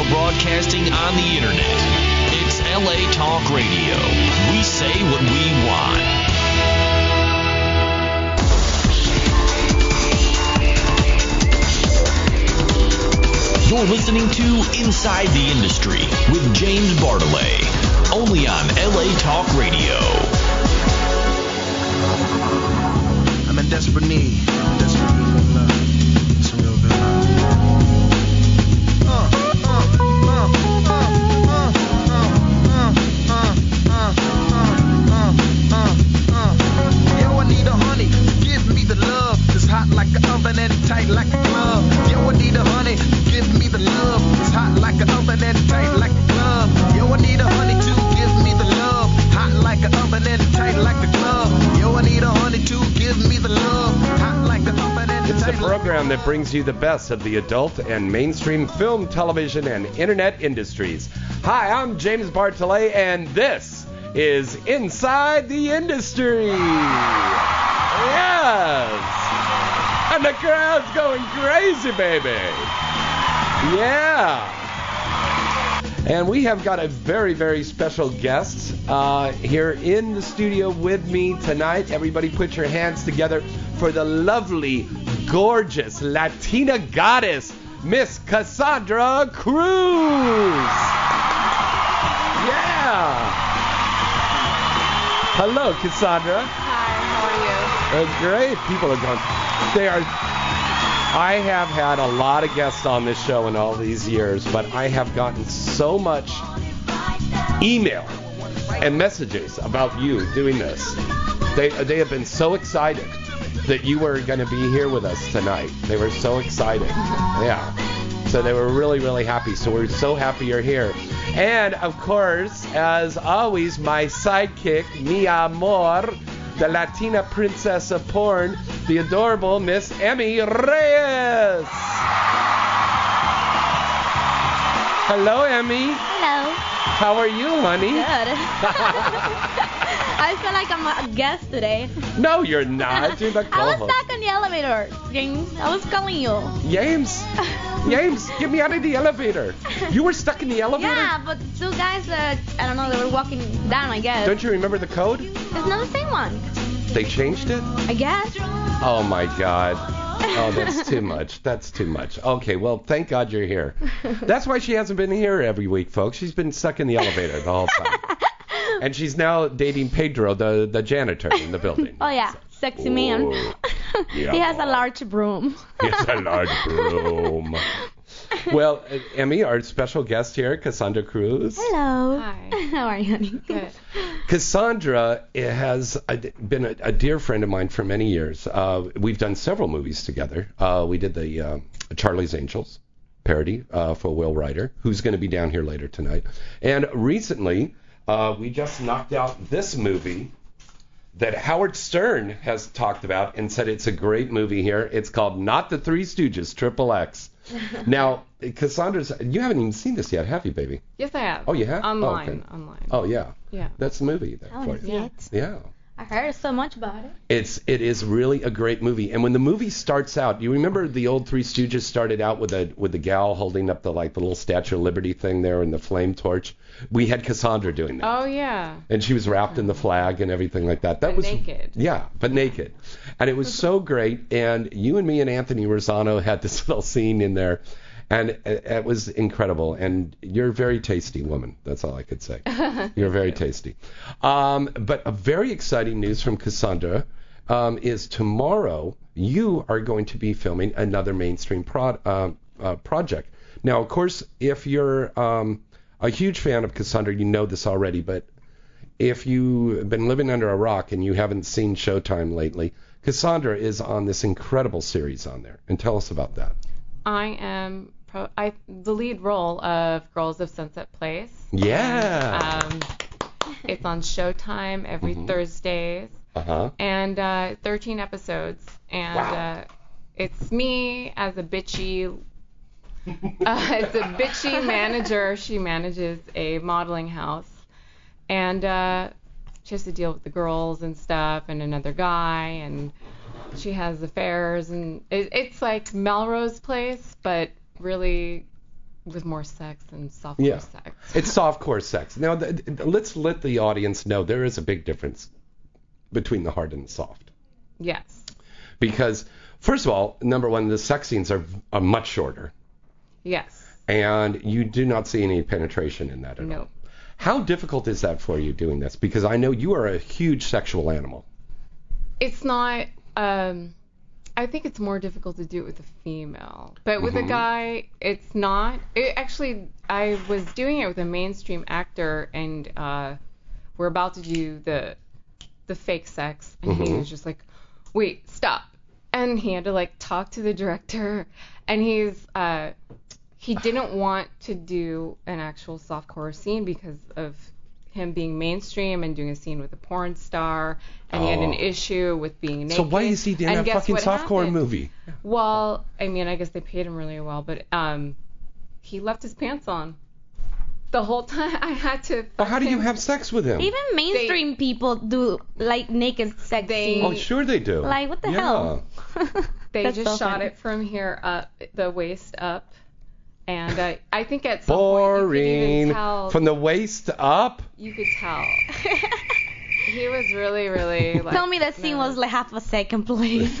broadcasting on the internet. It's LA Talk Radio. We say what we want. You're listening to Inside the Industry with James Bartolet, only on LA Talk Radio. I'm in desperate need. Desperate need of love. It's a real good love. Uh, uh, uh, uh, uh, uh, uh, uh, uh, uh, uh, uh. Yo, I need a honey. Give me the love. It's hot like an oven and tight like a glove. Yo, I need a honey. Give me the love. It's hot like an oven and tight like a glove. Yo, I need a honey to give me the love. Hot like an oven and tight like a glove. Yo, I need a honey to give me the love. Hot like an oven and It's tight the like a program that brings you the best of the adult and mainstream film, television, and internet industries. Hi, I'm James Bartolet, and this is Inside the Industry. Yes! And the crowd's going crazy, baby! Yeah! And we have got a very, very special guest uh, here in the studio with me tonight. Everybody, put your hands together for the lovely, gorgeous Latina goddess, Miss Cassandra Cruz. Yeah. Hello, Cassandra. Hi, Uh, great. People are going. They are. I have had a lot of guests on this show in all these years, but I have gotten so much email and messages about you doing this. They they have been so excited that you were going to be here with us tonight. They were so excited. Yeah. So they were really really happy. So we're so happy you're here. And of course, as always, my sidekick, mi amor, the Latina princess of porn, the adorable Miss Emmy Reyes. Hello, Emmy. Hello. How are you, honey? Good. I feel like I'm a guest today. No, you're not. You're the I was co-host. stuck on the elevator, James. I was calling you. James, James, get me out of the elevator. You were stuck in the elevator. Yeah, but two guys that I don't know, they were walking down, I guess. Don't you remember the code? It's not the same one, They changed it. I guess. Oh my God. Oh, that's too much. That's too much. Okay, well, thank God you're here. That's why she hasn't been here every week, folks. She's been stuck in the elevator the whole time. And she's now dating Pedro, the, the janitor in the building. Oh yeah, sexy Ooh. man. he has Oh, Yeah. a large broom. It's a large room. Well, uh, Emmy, our special guest here, Cassandra Cruz. Hello. Hi. How are you, honey? Good. Cassandra has uh, been a, a dear friend of mine for many years. Uh, we've done several movies together. Uh, we did the uh, Charlie's Angels parody uh, for Will Ryder, who's going to be down here later tonight. And recently, uh, we just knocked out this movie that Howard Stern has talked about and said it's a great movie here. It's called Not the Three Stooges, Triple X. now, Cassandra's, you haven't even seen this yet, have you, baby? Yes, I have. Oh, you have? Oh, Online. okay. Online. Oh, yeah. Yeah. That's the movie there for you. Yeah. Yeah. I heard so much about it. It's it is really a great movie. And when the movie starts out, you remember the old Three Stooges started out with a with the gal holding up the like the little Statue of Liberty thing there and the flame torch. We had Cassandra doing that. Oh, yeah. And she was wrapped in the flag and everything like that. That But was naked. Yeah, but naked. And it was so great. And you and me and Anthony Rosano had this little scene in there, and it, it was incredible. And you're a very tasty woman. That's all I could say. You're very tasty. Um, but a very exciting news from Cassandra um, is tomorrow you are going to be filming another mainstream prod, uh, uh, project. Now, of course, if you're um, a huge fan of Cassandra, you know this already, but if you've been living under a rock and you haven't seen Showtime lately, Cassandra is on this incredible series on there. And tell us about that. I am pro- I the lead role of Girls of Sunset Place. Yeah. Mm-hmm. Um, it's on Showtime every Thursdays, Uh huh. and uh, 13 episodes. And Wow. uh, it's me as a bitchy. Uh, it's a bitchy manager. She manages a modeling house, and uh, she has to deal with the girls and stuff, and another guy, and she has affairs, and it, it's like Melrose Place, but really with more sex and softcore Yeah. sex. It's softcore sex. Now, th- th- let's let the audience know there is a big difference between the hard and the soft. Yes. Because, first of all, number one, the sex scenes are, are much shorter, Yes. and you do not see any penetration in that at all. No. How difficult is that for you doing this? Because I know you are a huge sexual animal. It's not. Um, I think it's more difficult to do it with a female, but with a guy, it's not. It, actually, I was doing it with a mainstream actor, and uh, we're about to do the the fake sex, and he was just like, "Wait, stop!" And he had to like talk to the director, and he's uh, he didn't want to do an actual softcore scene because of him being mainstream and doing a scene with a porn star, and he had an Oh. issue with being naked. So why is he in And that guess fucking what softcore happened? movie? Well, I mean, I guess they paid him really well, but um, he left his pants on the whole time. I had to. Well, how do you fucking- have sex with him? Even mainstream people do like naked sex They- scenes. oh, sure they do. Like what the yeah. hell? They That's just so shot funny. it from here up, the waist up, and I, I think at some point you could Boring. even tell. From the waist up. you could tell. He was really, really like. Tell me that scene was like half a second, please.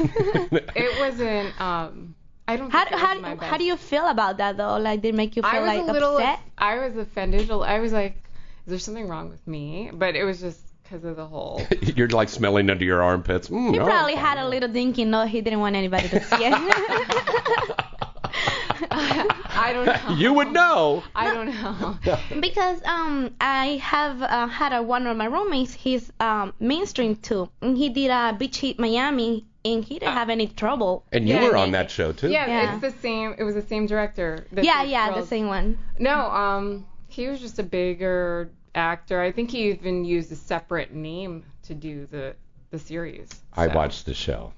It wasn't. Um, I don't. how think do, it how, was my do- best. how do you feel about that though? Like did it make you feel I was like a little. upset? I was offended. I was like, is there something wrong with me? But it was just because of the whole. You're like smelling under your armpits. Mm, He oh. probably had a little dinky no, he didn't want anybody to see it. I don't know. You would know. I don't know. because um I have uh, had a, one of my roommates. He's um mainstream too, and he did a beach hit Miami, and he didn't have any trouble. And you Yeah. were on that show too. Ah. Yeah, Yeah. it's the same. It was the same director. that Yeah, did yeah, the Girls. same one. No, um, he was just a bigger actor. I think he even used a separate name to do the the series. I so. watched the show.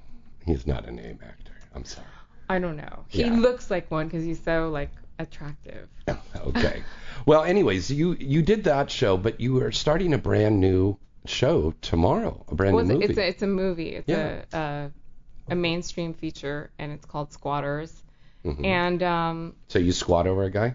He's not a name actor. I'm sorry. I don't know. He Yeah. looks like one because he's so like attractive. Okay. well, anyways, you you did that show, but you are starting a brand new show tomorrow. A brand Was new it? movie. It's a it's a movie. It's Yeah. a, a a mainstream feature, and it's called Squatters. Mm-hmm. And um, So you squat over a guy?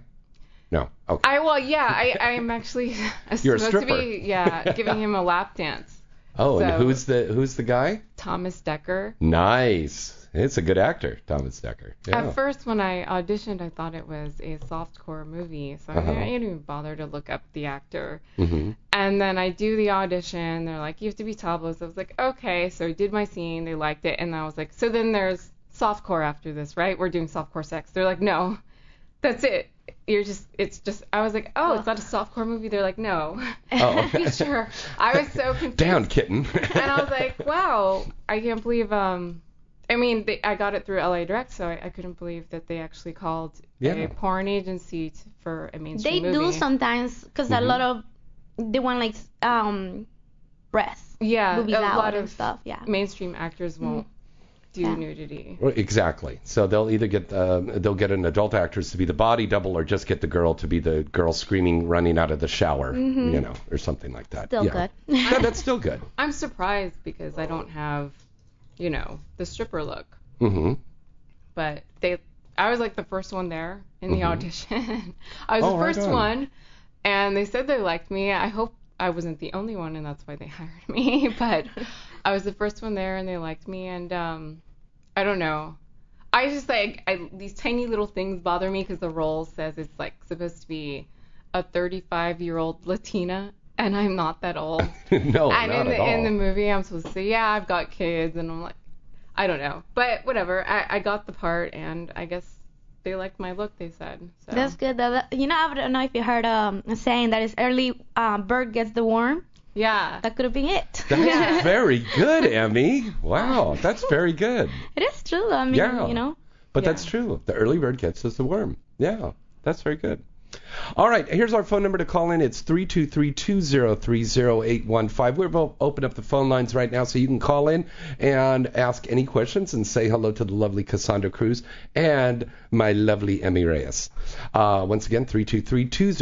No. Okay. I well, yeah, I I'm actually You're a supposed to stripper. be yeah giving him a lap dance. oh, so- and who's the who's the guy? Thomas Decker. Nice. It's a good actor, Thomas Decker. Yeah. At first, when I auditioned, I thought it was a softcore movie, so Uh-huh. I, didn't, I didn't even bother to look up the actor. Mhm. And then I do the audition. They're like, "You have to be tableau." So I was like, "Okay." So I did my scene. They liked it, and I was like, "So then there's softcore after this, right? We're doing softcore sex." They're like, "No, that's it. You're just, it's just." I was like, "Oh, it's not a softcore movie." They're like, "No, Oh. sure." I was so confused Down kitten. and I was like, wow, I can't believe. Um, I mean, they, I got it through LA Direct, so I, I couldn't believe that they actually called Yeah. a porn agency t- for a mainstream They movie. Mm-hmm. do sometimes because a lot of they want like um breasts, Yeah, boobies a out lot and of stuff. Yeah. Mm. mainstream actors won't do Yeah. nudity. Well, Exactly. So they'll either get um, they'll get an adult actress to be the body double, or just get the girl to be the girl screaming, running out of the shower, you know, or something like that. Mm-hmm. Still yeah. good. yeah, that's still good. I'm surprised because I don't have, you know, the stripper look, hmm but they. I was like the first one there in the audition. I was Mm-hmm. the Oh, right first on. one, and they said they liked me. I hope I wasn't the only one, and that's why they hired me. But I was the first one there, and they liked me. And um, I don't know. I just like I, these tiny little things bother me because the role says it's like supposed to be a 35 year old Latina, and I'm not that old. no, and not in the at all. in the movie, I'm supposed to say, yeah, I've got kids, and I'm like, I don't know, but whatever. I, I got the part, and I guess they liked my look. They said so. That's good. though. That- You know, I don't know if you heard um, a saying that is early um, bird gets the worm. yeah. That could have been it. That's Yeah. very good, Emmy. Wow, that's very good. it is true. though. I mean, Yeah. you know. But that's true. The early bird catches the worm. Yeah, that's very good. All right, here's our phone number to call in. It's 323-203-0815. We're both open up the phone lines right now so you can call in and ask any questions and say hello to the lovely Cassandra Cruz and my lovely Emmy Reyes. Uh, once again,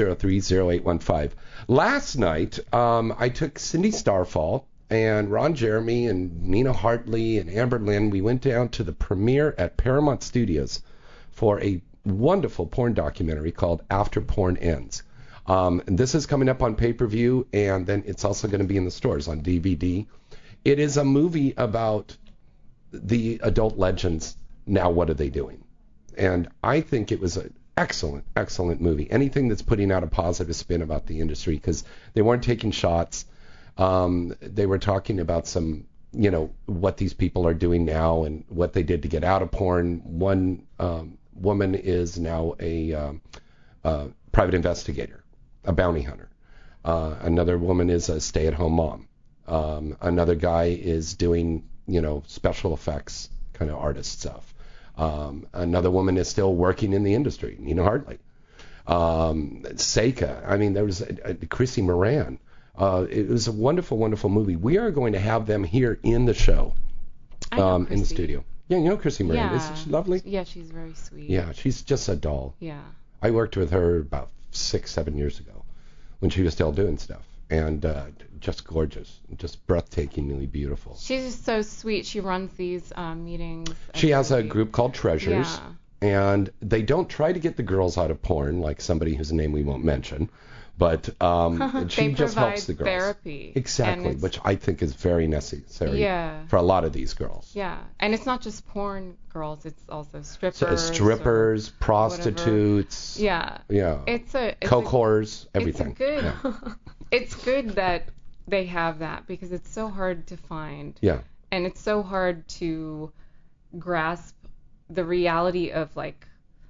323-203-0815. Last night, um, I took Cindy Starfall and Ron Jeremy and Nina Hartley and Amber Lynn. We went down to the premiere at Paramount Studios for a wonderful porn documentary called After Porn Ends. Um, and this is coming up on pay per view, and then it's also going to be in the stores on DVD. It is a movie about the adult legends. Now, what are they doing? And I think it was an excellent, excellent movie. Anything that's putting out a positive spin about the industry because they weren't taking shots. Um, they were talking about some, you know, what these people are doing now and what they did to get out of porn. One um, woman is now a um, uh, private investigator, a bounty hunter. Uh, another woman is a stay-at-home mom. Um, another guy is doing, you know, special effects kind of artist stuff. Um, another woman is still working in the industry, Nina Hartley. Um, Seika. I mean, there was uh, Chrissy Moran. Uh, it was a wonderful, wonderful movie. We are going to have them here in the show, I know um, in the Chrissy. studio. Yeah, you know Chrissy Moran. Yeah. Isn't she lovely? Yeah, she's very sweet. Yeah, she's just a doll. Yeah. I worked with her about six, seven years ago when she was still doing stuff. And uh, just gorgeous, just breathtakingly beautiful. She's just so sweet. She runs these um, meetings. She has a every- group called Treasures, Yeah. and they don't try to get the girls out of porn like somebody whose name we won't mention, but um, she they just provide helps the girls. Therapy. Exactly, And it's- which I think is very necessary Yeah. for a lot of these girls. Yeah, and it's not just porn girls. It's also strippers. So, or- strippers, prostitutes, yeah. yeah, It's a. It's coke a, whores, It's a everything. good. Yeah. it's good that they have that because it's so hard to find. yeah. and it's so hard to grasp the reality of like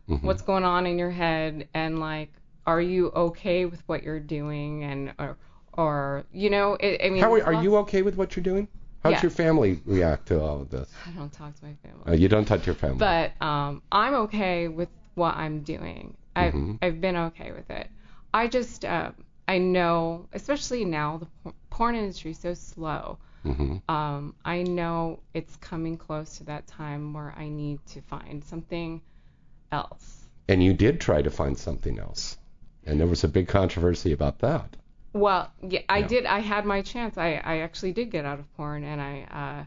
Mm-hmm. what's going on in your head and like are you okay with what you're doing and or or you know it, I mean How are, there's are you lots- okay with what you're doing? How's Yeah. your family react to all of this? I don't talk to my Uh, family you don't touch your family. but um I'm okay with what I'm doing I've I've been okay with it I just uh, I know especially now the por- porn industry is so slow Mhm. um, I know it's coming close to that time where I need to find something else. And you did try to find something else, and there was a big controversy about that. Well, yeah, I Yeah. did. I had my chance. I, I actually did get out of porn, and I uh,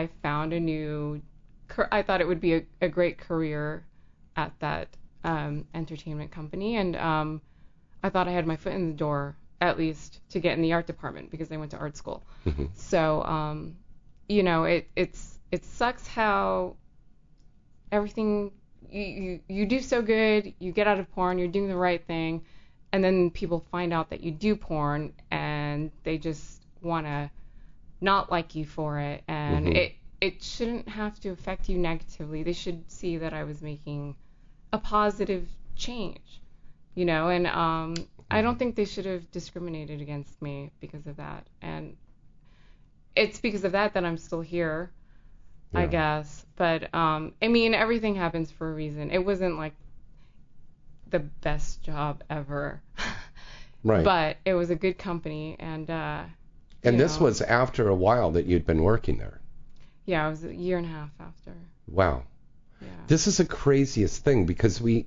I found a new. Cur- I thought it would be a, a great career at that um, entertainment company, and um, I thought I had my foot in the door at least to get in the art department because I went to art school. Mm-hmm. So, um, you know, it it's it sucks how everything you, you you do so good, you get out of porn, you're doing the right thing, and then people find out that you do porn and they just want to not like you for it and Mhm. it it shouldn't have to affect you negatively they should see that i was making a positive change you know and um i don't think they should have discriminated against me because of that and it's because of that that i'm still here i Yeah. guess but um i mean everything happens for a reason it wasn't like the best job ever Right. but it was a good company and uh and you this know. was after a while that you'd been working there. yeah it was a year and a half after Wow. yeah This is the craziest thing because we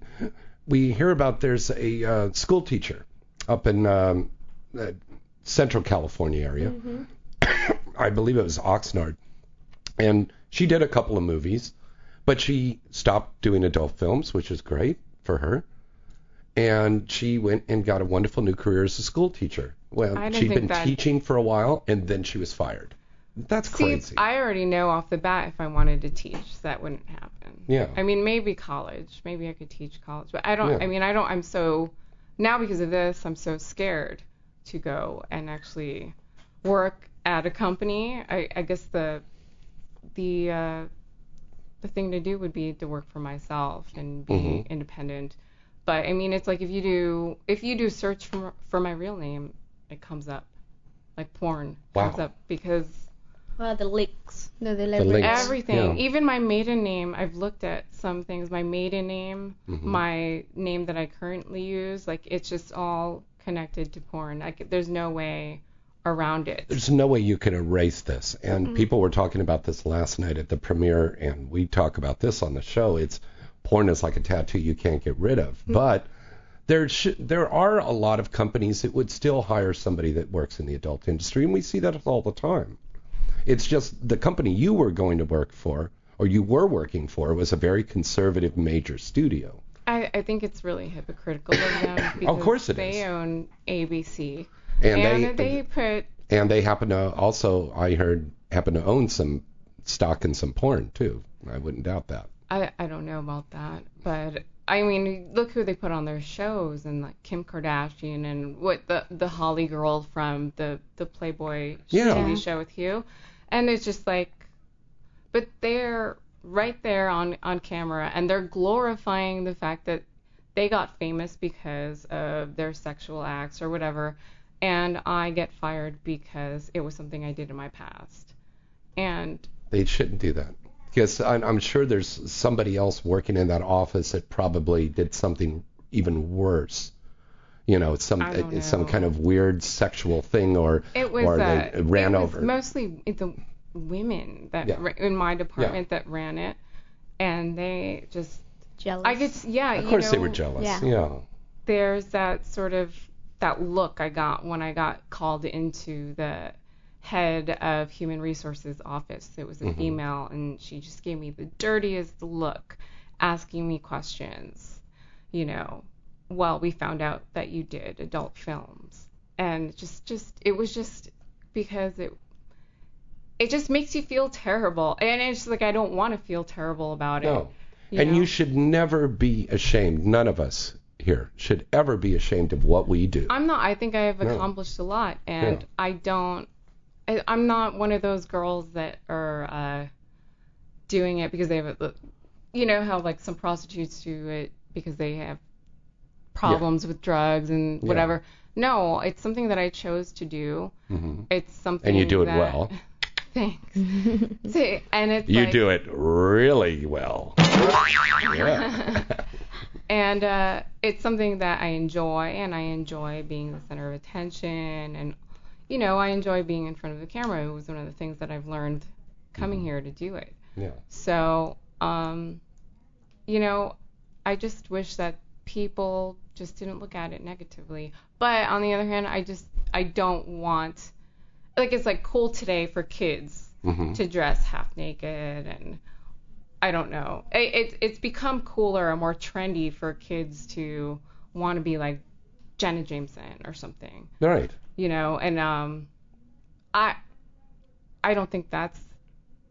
we hear about there's a uh, school teacher up in um, uh, Central California area. I believe it was Oxnard, and she did a couple of movies, but she stopped doing adult films, which is great for her. And she went and got a wonderful new career as a school teacher. I Well, don't she'd think been that- teaching for a while, and then she was fired. That's See, crazy. I already know off the bat if I wanted to teach, that wouldn't happen. Yeah. I mean, maybe college. Maybe I could teach college, but I don't. Yeah. I mean, I don't. I'm so now because of this, I'm so scared to go and actually work at a company. I, I guess the the uh, the thing to do would be to work for myself and be Mhm. independent. But I mean, it's like if you do if you do search for for my real name, it comes up like porn comes Wow. up because Well, the leaks, the leaks. delivery. Yes. Everything. Yeah. Even my maiden name. I've looked at some things. My maiden name, Mm-hmm. my name that I currently use, like it's just all connected to porn. Like there's no way around it. there's no way you can erase this. And people were talking about this last night at the premiere, and we talk about this on the show. It's porn is like a tattoo you can't get rid of. But there sh- there are a lot of companies that would still hire somebody that works in the adult industry, and we see that all the time. It's just the company you were going to work for or you were working for was a very conservative major studio. I, I think it's really hypocritical of them because course it they is. own ABC and And, they they put and they happen to also I heard happen to own some stock in some porn too. I wouldn't doubt that. I, I don't know about that, but I mean, look who they put on their shows and like Kim Kardashian and what the the Holly girl from the the Playboy Yeah. TV show with Hugh, and it's just like, but they're right there on on camera and they're glorifying the fact that they got famous because of their sexual acts or whatever, and I get fired because it was something I did in my past, and They shouldn't do that. Because I- I'm sure there's somebody else working in that office that probably did something even worse. You know, some I don't some know. kind of weird sexual thing, or It was or uh, they ran it was over. mostly the women that Yeah. ra- in my department that ran it, and they just Jealous. I could s- yeah of you course, know, they were jealous. Yeah. There's that sort of that look I got when I got called into the head of human resources office. It was a Mm-hmm. female, and she just gave me the dirtiest look, asking me questions. You know, well, we found out that you did adult films, and just just it was just because it it just makes you feel terrible, and it's just like I don't want to feel terrible about it. No. and know? you should never be ashamed. None of us here should ever be ashamed of what we do. I'm not. I think I have accomplished a lot, and Yeah. I don't. I, I'm not one of those girls that are uh, doing it because they have. A, you know how like some prostitutes do it because they have problems with drugs and whatever. No, it's something that I chose to do. It's something. Mm-hmm. and you do it that- well. Thanks. See, and it's You like, do it really well. yeah. and uh, it's something that I enjoy, and I enjoy being the center of attention, and you know, I enjoy being in front of the camera. It was one of the things that I've learned coming here to do it. Yeah. So, um, you know, I just wish that people just didn't look at it negatively. But on the other hand, I just I don't want like it's like cool today for kids to dress half naked and I don't know. It, it it's become cooler and more trendy for kids to want to be like Jenna Jameson or something All right. you know and um i i don't think that's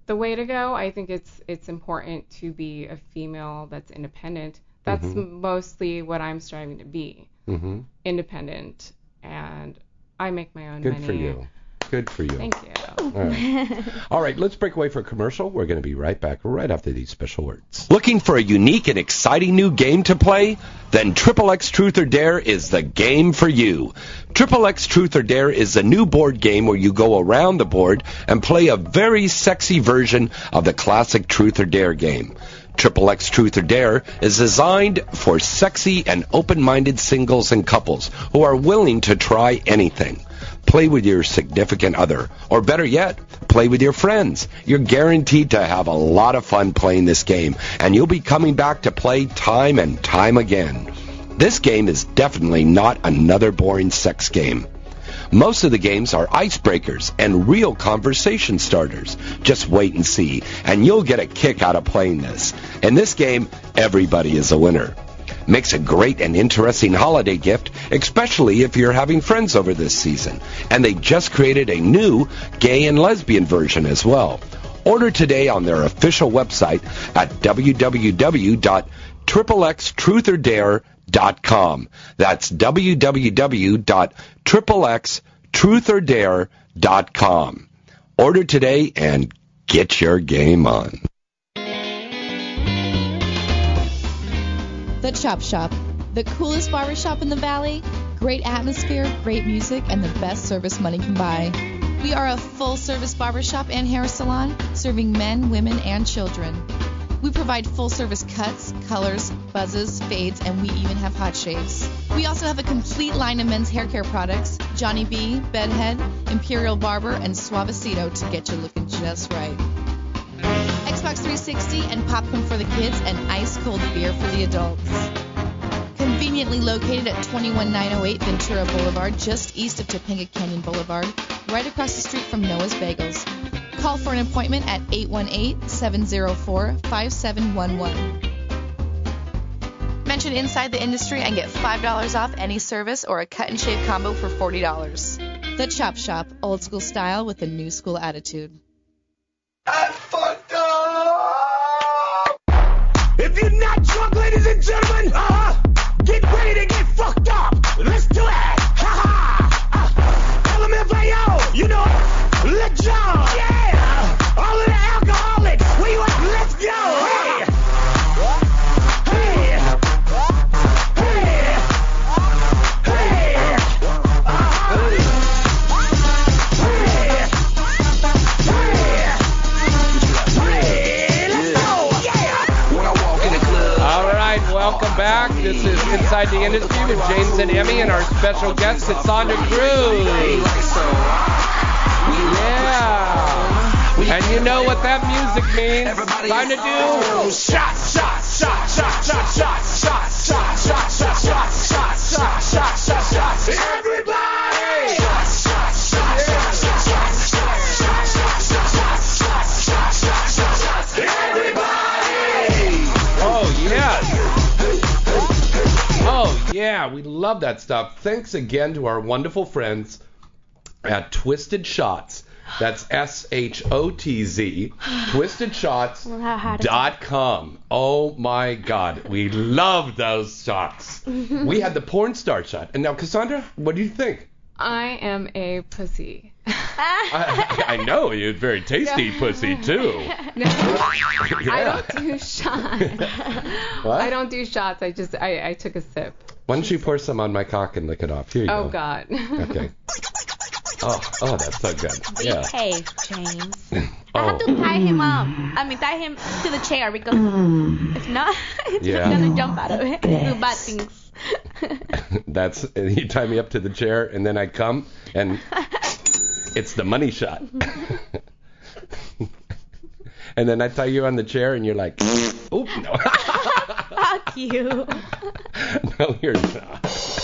the way to go i think it's it's important to be a female that's independent that's Mm-hmm. mostly what i'm striving to be hmm independent and i make my own Good money for you. Good for you. thank you All right. All right, let's break away for a commercial. We're going to be right back right after these special words. Looking for a unique and exciting new game to play? Then Triple X Truth or Dare is the game for you. Triple X Truth or Dare is a new board game where you go around the board and play a very sexy version of the classic Truth or Dare game. Triple X Truth or Dare is designed for sexy and open-minded singles and couples who are willing to try anything. Play with your significant other, or better yet, play with your friends. You're guaranteed to have a lot of fun playing this game, and you'll be coming back to play time and time again. This game is definitely not another boring sex game. Most of the games are icebreakers and real conversation starters. Just wait and see, and you'll get a kick out of playing this. In this game, everybody is a winner. Makes a great and interesting holiday gift, especially if you're having friends over this season. And they just created a new gay and lesbian version as well. Order today on their official website at www.xxxtruthordare.com. That's www.xxxtruthordare.com. Order today and get your game on. The Chop Shop, the coolest barbershop in the valley. Great atmosphere, great music, and the best service money can buy. We are a full service barbershop and hair salon serving men, women, and children. We provide full service cuts, colors, buzzes, fades, and we even have hot shaves. We also have a complete line of men's hair care products Johnny B, Bedhead, Imperial Barber, and Suavecito to get you looking just right. Xbox 360 and popcorn for the kids and ice cold beer for the adults. Conveniently located at 21908 Ventura Boulevard, just east of Topanga Canyon Boulevard, right across the street from Noah's Bagels. Call for an appointment at 818 704 5711. Mention Inside the Industry and get $5 off any service or a cut and shave combo for $40. The Chop Shop, old school style with a new school attitude. I fucked up. If you're not drunk, ladies and gentlemen, uh, get ready to get fucked up. Let's do it. Ha ha. Uh, LMFAO, you know, let go. Yeah. All of the alcoholics, where you at? Let's go. Hey. Hey. Hey. Hey. When I walk in the club. All right, welcome back. This is Inside the Industry with James and Emmy and our special guest, Cassandra Cruz. Yeah. And you know what that music means. Time to do. Oh, yes. Oh, yeah. We love that stuff. Thanks again to our wonderful friends at Twisted Shots. That's S H O T Z, Twisted Shots. dot com. Oh my God, we love those shots. Mm-hmm. we had the porn star shot, and now Cassandra, what do you think? I am a pussy. I, I know you're very tasty, pussy too. I Yeah. don't do shots. What? I don't do shots. I just I, I took a sip. Why don't you pour some on my cock and lick it off? Here you Oh go. God. Okay. Oh, oh, that's so good. Yeah. Behave, James. I have to Oh, tie him up. I mean, tie him to the chair because if not, he's Yeah. gonna jump out of it. Do bad things. that's you tie me up to the chair and then I come and it's the money shot. and then I tie you on the chair and you're like, oop, no. Fuck you. no, you're not.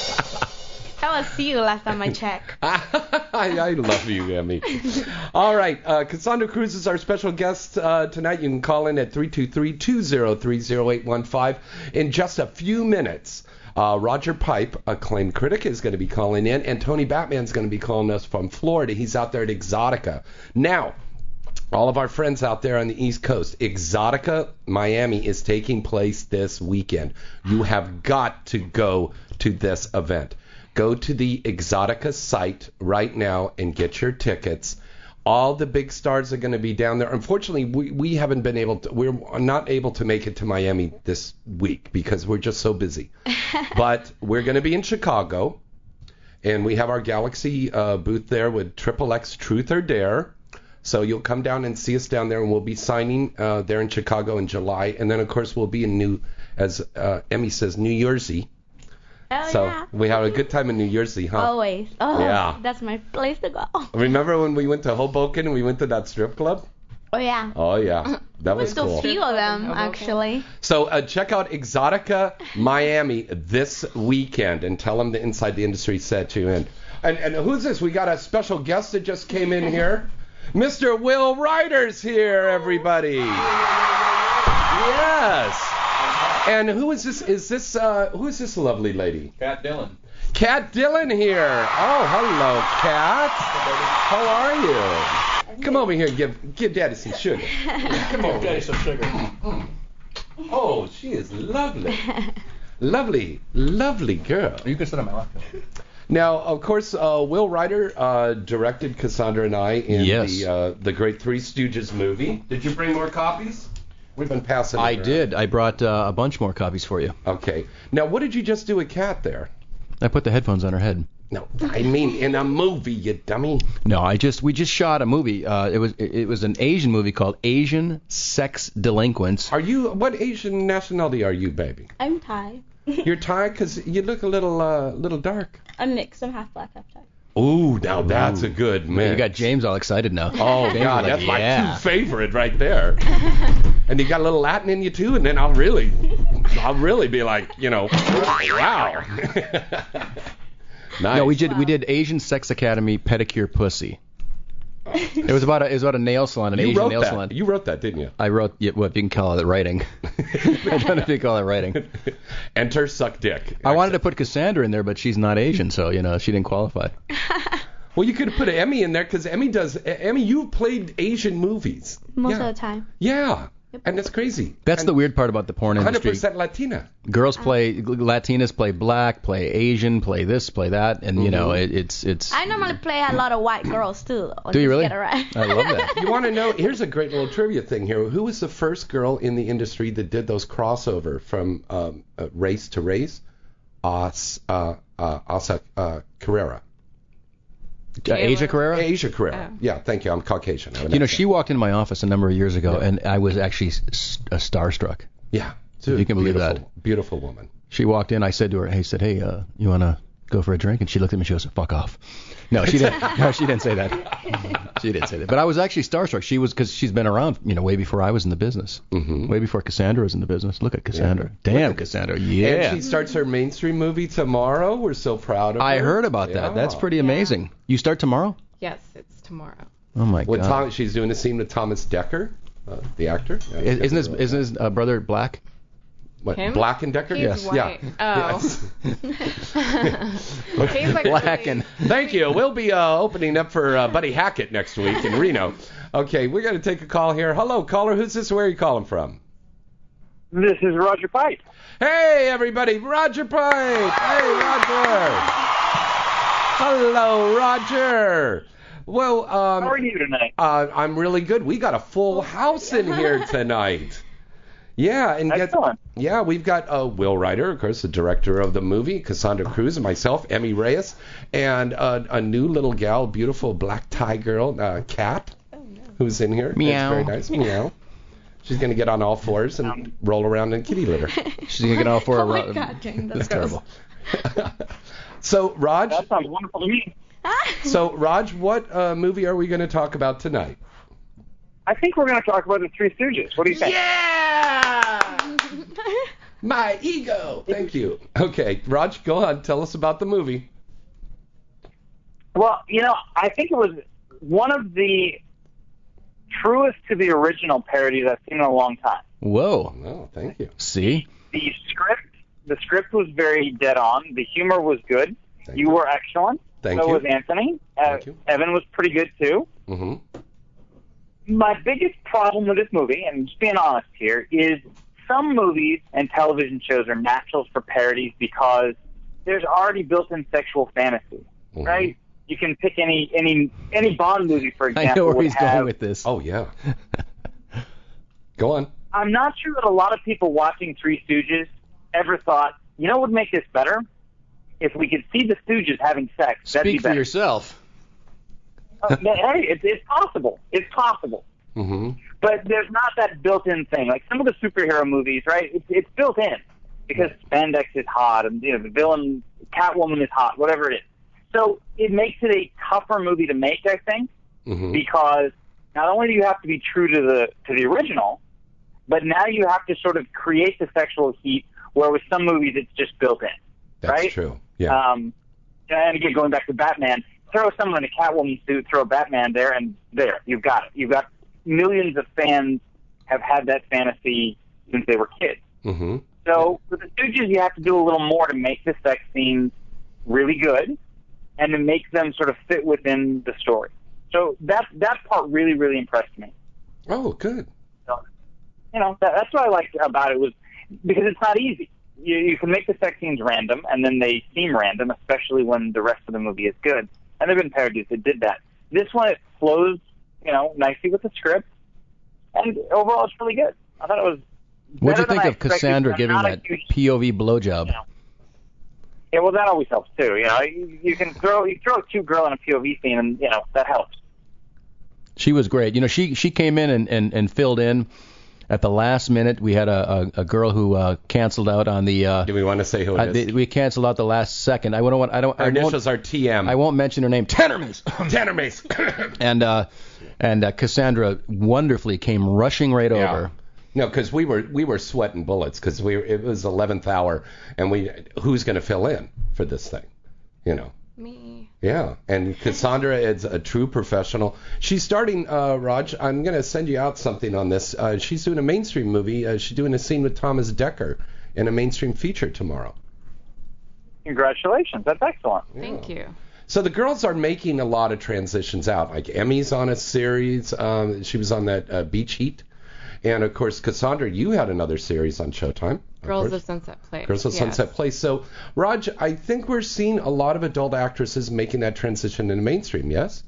That was you last time I checked. I, I love you, Emmy. All right, uh, Cassandra Cruz is our special guest uh, tonight. You can call in at 323-203-0815. In just a few minutes, uh, Roger Pipe, acclaimed critic, is going to be calling in, and Tony Batman's going to be calling us from Florida. He's out there at Exotica. Now, all of our friends out there on the East Coast, Exotica Miami is taking place this weekend. You have got to go to this event. Go to the Exotica site right now and get your tickets. All the big stars are going to be down there. Unfortunately, we, we haven't been able to, we're not able to make it to Miami this week because we're just so busy. but we're going to be in Chicago and we have our Galaxy uh, booth there with Triple X Truth or Dare. So you'll come down and see us down there, and we'll be signing uh, there in Chicago in July, and then of course we'll be in New, as uh, Emmy says, New Jersey. Oh so yeah. we had a good time in New Jersey, huh? Always. Oh, Yeah. that's my place to go. Oh Remember when we went to Hoboken and we went to that strip club? yeah. Oh yeah, that was Still cool. Mm-hmm. few of them actually. So uh, check out Exotica Miami this weekend and tell them the Inside the Industry set you in. And, and who's this? We got a special guest that just came in here. Mr. Will Ryder's here, everybody. Yes. And who is this? Is this uh, who is this lovely lady? Pat Dillon. Cat Dillon here. Oh, hello, Cat. How are you? Come over here and give give Daddy some sugar. Come over. Daddy some sugar. Oh, she is lovely. lovely, lovely girl. You can sit on my lap. Now, of course, uh, Will Ryder uh, directed Cassandra and I in Yes. the uh, the Great Three Stooges movie. Did you bring more copies? We've been passing. it I around. did. I brought uh, a bunch more copies for you. Okay. Now, what did you just do with Cat there? I put the headphones on her head. No, I mean in a movie, you dummy. No, I just we just shot a movie. Uh, it was it was an Asian movie called Asian Sex Delinquents. Are you what Asian nationality are you, baby? I'm Thai. You're Thai, 'cause you look a little uh, little dark. I'm mixed. I'm half black, half Thai. Ooh, now that's a good man. You got James all excited now. Oh James God, is like, that's my yeah. two favorite right there. and you got a little Latin in you too, and then I'll really, I'll really be like, you know, wow. nice. No, we did we did Asian Sex Academy Pedicure Pussy. It was about a, it was about a nail salon, an You Asian wrote nail that. salon. You wrote that, didn't you? I wrote yeah, well, if you can call it writing. I don't know if you call it writing. Enter suck dick. I wanted to put Cassandra in there, but she's not Asian, so you know she didn't qualify. Well, you could have put Emmy in there because Emmy does. E, Emmy, you played Asian movies. most Yeah. of the time. Yeah, and that's crazy. That's the weird part about the porn Hundred industry. percent Latina. Girls play Latinas, play black, play Asian, play this, play that, and you Mm-hmm. know it, it's it's. I normally play a lot of white girls too. Though, Do you Just really? Get it right. I love that. You want to know? Here's a great little trivia thing here. Who was the first girl in the industry that did those crossover from um, uh, race to race? As, uh, uh, Asa uh, Carrera. Uh, Asia Carrera. Asia Carrera. Yeah, thank you. I'm Caucasian. I'm an You know, Asian. she walked into my office a number of years ago, and I was actually s- s- uh, starstruck. Yeah. Dude, you can believe beautiful, that. Beautiful woman. She walked in. I said to her, "Hey, said, hey, uh, you wanna go for a drink?" And she looked at me. She goes, "Fuck off." No, she didn't. no, she didn't say that. She didn't say that. But I was actually starstruck. She was because she's been around, you know, way before I was in the business. Mm-hmm. Way before Cassandra was in the business. Look at Cassandra. Damn, Cassandra. And Yeah. she starts her mainstream movie tomorrow. We're so proud of her. I heard about that. That's Yeah. pretty amazing. You start tomorrow? Yes, it's tomorrow. Oh my With god. Tom, she's doing a scene with Thomas Decker, uh, the actor. Yeah, I- isn't his isn't his uh, brother black? what, him? Black and Decker? He's yes. white. Yeah. Oh. Yes. He's like Black really- and Thank you. We'll be uh, opening up for uh, Buddy Hackett next week in Reno. Okay, we're going to take a call here. Hello, caller. Who's this? Where are you calling from? This is Roger Pike. Hey, everybody. Roger Pike. Hey, Roger. Hello, Roger. Well, um, How are you tonight? Uh, I'm really good. We got a full house in here tonight. Yeah, and get, Excellent. yeah, we've got uh, Will Ryder, of course, the director of the movie, Cassandra Cruz, and myself, Emmy Reyes, and uh, a new little gal, beautiful black tie girl, uh, Kat, Oh, who's in here. Meow. It's very nice. Meow. She's gonna get on all fours and roll around in kitty litter. she's gonna get all four. oh my ro- God, James, that's, That's terrible. so Raj, That sounds wonderful to me. so Raj, what uh, movie are we gonna talk about tonight? I think we're going to talk about the Three Stooges. What do you think? Oh. Yeah! My ego. Thank you. Okay, Raj, go on. Tell us about the movie. Well, you know, I think it was one of the truest to the original parodies I've seen in a long time. Whoa. Oh, thank you. See? The script, the script was very dead on. The humor was good. you were excellent. Thank so you. was Anthony. Uh, Thank you. Evan was pretty good too. hmm my biggest problem with this movie, and just being honest here, is some movies and television shows are naturals for parodies because there's already built-in sexual fantasy, right? You can pick any any any Bond movie, for I know example. where would he's have- going with this. Oh yeah. go on. I'm not sure that a lot of people watching Three Stooges ever thought, you know, what would make this better if we could see the Stooges having sex. that'd be Speak for better. yourself. Uh, but, hey, it's, it's possible. It's possible. hmm but there's not that built-in thing. Like some of the superhero movies, right? It's, it's built in because spandex is hot, and you know the villain, Catwoman is hot, whatever it is. So it makes it a tougher movie to make, I think, Mm-hmm. Mm-hmm. hmm because not only do you have to be true to the to the original, but now you have to sort of create the sexual heat. Where with some movies, it's just built in. That's right? true. Yeah. Um, and again, going back to Batman, throw someone in a Catwoman suit, throw Batman there, and there, you've got it. You've got millions of fans have had that fantasy since they were kids. hmm So with the Stooges, you have to do a little more to make the sex scenes really good, and to make them sort of fit within the story. So that that part really really impressed me. Oh, good. So, you know, that, that's what I liked about it was because it's not easy. You, you can make the sex scenes random, and then they seem random, especially when the rest of the movie is good. And there've been parodies that did that. This one it flows, you know, nicely with the script, and overall it's really good. I thought it was. What'd you better than think I of expected, Cassandra but giving not a that huge- POV blowjob? Yeah. Yeah, well, that always helps too. You know, you, you can throw you throw a cute girl in a POV scene, and you know that helps. She was great. You know, she she came in and, and, and filled in at the last minute. We had a, a, a girl who uh, canceled out on the. Uh, Do we want to say who uh, it is? the- we canceled out the last second. I don't want. I don't. Our I won't, initials are TM. I won't mention her name. Tennermans. Tanner Mace. and uh, and uh, Cassandra wonderfully came rushing right over. No, because we were we were sweating bullets because we were, it was 11th hour and we who's going to fill in for this thing, you know? me. Yeah, and Cassandra is a true professional. She's starting, uh, Raj. I'm going to send you out something on this. Uh, she's doing a mainstream movie. Uh, she's doing a scene with Thomas Decker in a mainstream feature tomorrow. Congratulations. That's excellent. Thank you. So the girls are making a lot of transitions out. Like Emmy's on a series. Um, she was on that uh, Beach Heat, and of course Cassandra, you had another series on Showtime. of Girls of course. Sunset Place. Girls of yes. Sunset Place. So Raj, I think we're seeing a lot of adult actresses making that transition in the mainstream. Yes.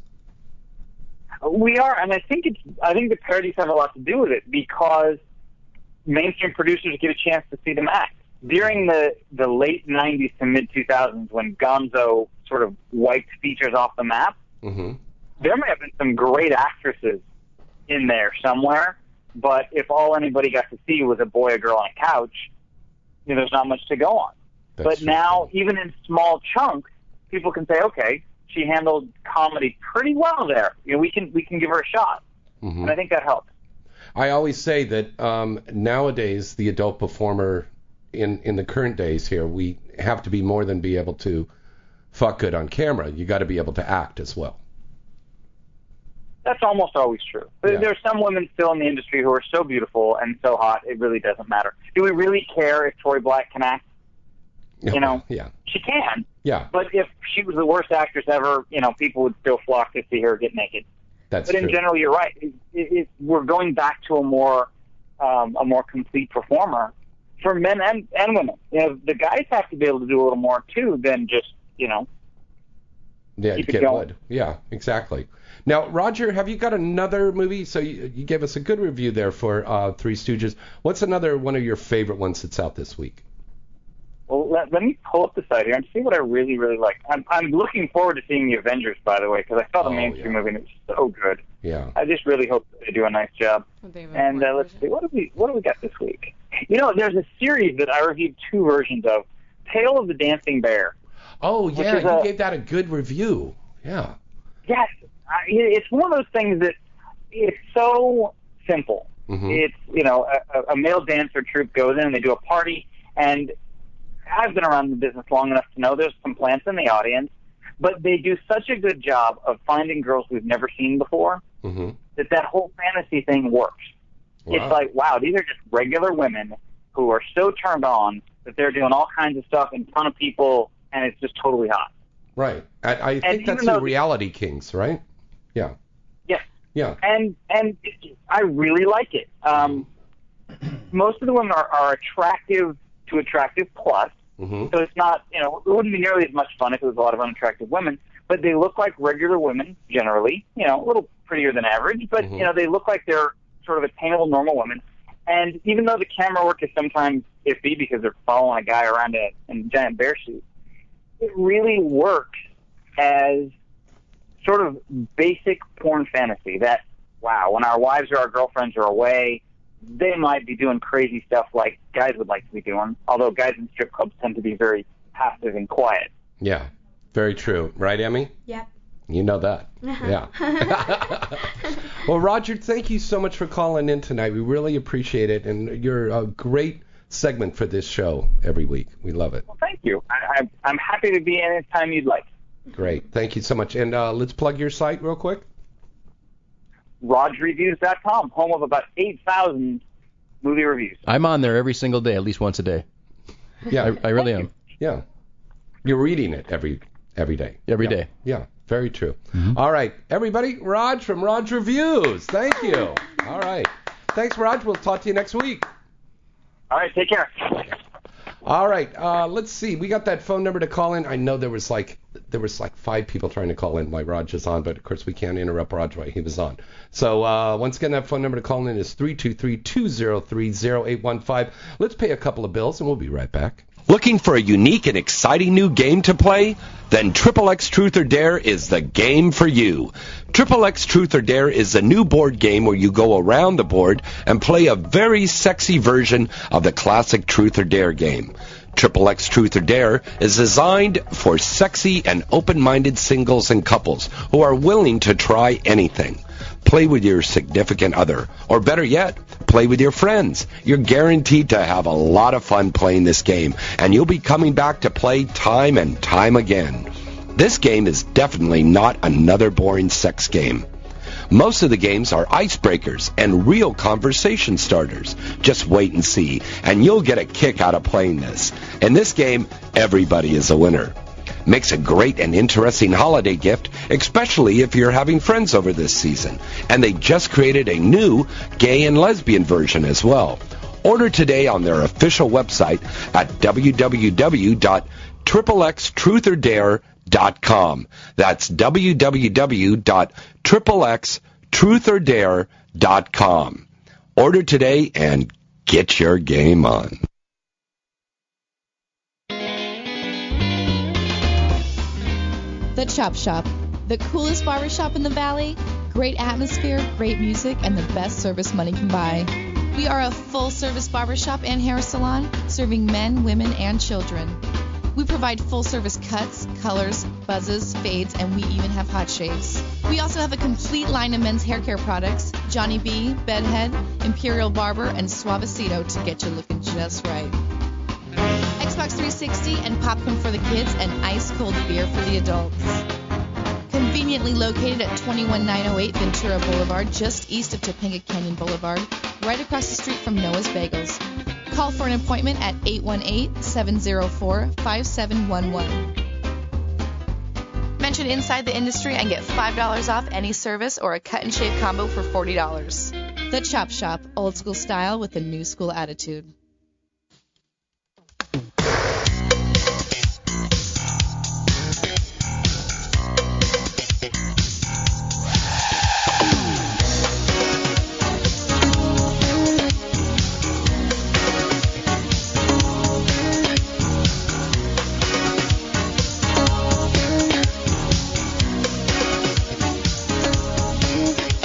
We are, and I think it's. I think the parodies have a lot to do with it because mainstream producers get a chance to see them act during the the late '90s to mid 2000s when Gonzo sort of wiped features off the map. Mm-hmm. There may have been some great actresses in there somewhere, but if all anybody got to see was a boy, a girl on a couch, you know, there's not much to go on. but now, even in small chunks, people can say, okay, she handled comedy pretty well there. You know, we can we can give her a shot, hmm and I think that helped. I always say that um, nowadays the adult performer in in the current days here we have to be more than be able to fuck good on camera. You got to be able to act as well. That's almost always true. But Yeah. There are some women still in the industry who are so beautiful and so hot, it really doesn't matter. Do we really care if Tori Black can act? You know. Yeah. She can, Yeah. but if she was the worst actress ever, you know, people would still flock to see her get naked. That's but in true. general, you're right. It, it, it, we're going back to a more um, a more complete performer for men and and women. You know, the guys have to be able to do a little more too than just you know. yeah. keep it Get going. wood. Yeah. Exactly. Now, Roger, have you got another movie? So you, you gave us a good review there for uh, Three Stooges. What's another one of your favorite ones that's out this week? Well, let, let me pull up the site here and see what I really really like. I'm I'm looking forward to seeing the Avengers, by the way, because I saw the Oh, mainstream yeah. movie and it was so good. Yeah. I just really hope that they do a nice job. So they have a And uh, porn let's version. see, what do we what do we got this week? You know, there's a series that I reviewed two versions of, Tale of the Dancing Bear. Oh yeah. is You a- gave that a good review. Yeah. Yes, I, it's one of those things that it's so simple. hmm It's you know a, a- a male dancer troupe goes in and they do a party, and I've been around the business long enough to know there's some plants in the audience, but they do such a good job of finding girls we've never seen before hmm that that whole fantasy thing works. It's like wow, these are just regular women who are so turned on that they're doing all kinds of stuff in front of people, and it's just totally hot. Right. I, I think even that's though- the Reality Kings, right? Yeah. Yes. Yeah. and and I really like it. Um, most of the women are, are attractive to attractive plus, hmm so it's not you know it wouldn't be nearly as much fun if it was a lot of unattractive women. But they look like regular women generally, you know, a little prettier than average, but Mhm. you know they look like they're sort of attainable normal women. And even though the camera work is sometimes iffy because they're following a guy around in a, in a giant bear suit, it really works as sort of basic porn fantasy that wow, when our wives or our girlfriends are away, they might be doing crazy stuff like guys would like to be doing. Although guys in strip clubs tend to be very passive and quiet. Yeah. Very true. Right, Emmy? Yep. You know that. Yeah. well, Roger, thank you so much for calling in tonight. We really appreciate it, and you're a great segment for this show every week. We love it. Well, thank you. I, I, I'm happy to be in anytime you'd like. Great. Thank you so much. And uh, let's plug your site real quick. RodReviews.com, home of about 8,000 movie reviews. I'm on there every single day, at least once a day. Yeah. I, I really am. yeah. You're reading it every every day. every yeah. day. Yeah, very true. All right, everybody, Raj from Raj Reviews. Thank you. All right. Thanks, Raj. We'll talk to you next week. All right, take care. All right. Uh, let's see. We got that phone number to call in. I know there was like there was like five people trying to call in while Raj is on, but of course we can't interrupt Raj while he was on. So uh, once again, that phone number to call in is 323-203-0815. Let's pay a couple of bills and we'll be right back. Looking for a unique and exciting new game to play? Then Triple X Truth or Dare is the game for you. Triple X Truth or Dare is a new board game where you go around the board and play a very sexy version of the classic Truth or Dare game. Triple X Truth or Dare is designed for sexy and open-minded singles and couples who are willing to try anything. Play with your significant other, or better yet, play with your friends. You're guaranteed to have a lot of fun playing this game, and you'll be coming back to play time and time again. This game is definitely not another boring sex game. Most of the games are icebreakers and real conversation starters. Just wait and see, and you'll get a kick out of playing this. In this game, everybody is a winner. Makes a great and interesting holiday gift, especially if you're having friends over this season. And they just created a new gay and lesbian version as well. Order today on their official website at www.xxxtruthordare.com. That's www.xxxtruthordare.com. Order today and get your game on. The Chop Shop, the coolest barbershop in the valley, great atmosphere, great music, and the best service money can buy. We are a full service barbershop and hair salon serving men, women, and children. We provide full service cuts, colors, buzzes, fades, and we even have hot shaves. We also have a complete line of men's hair care products Johnny B, Bedhead, Imperial Barber, and Suavecito to get you looking just right. Xbox 360 and popcorn for the kids and ice cold beer for the adults. Conveniently located at 21908 Ventura Boulevard, just east of Topanga Canyon Boulevard, right across the street from Noah's Bagels. Call for an appointment at 818 704 5711. Mention Inside the Industry and get $5 off any service or a cut and shave combo for $40. The Chop Shop, old school style with a new school attitude.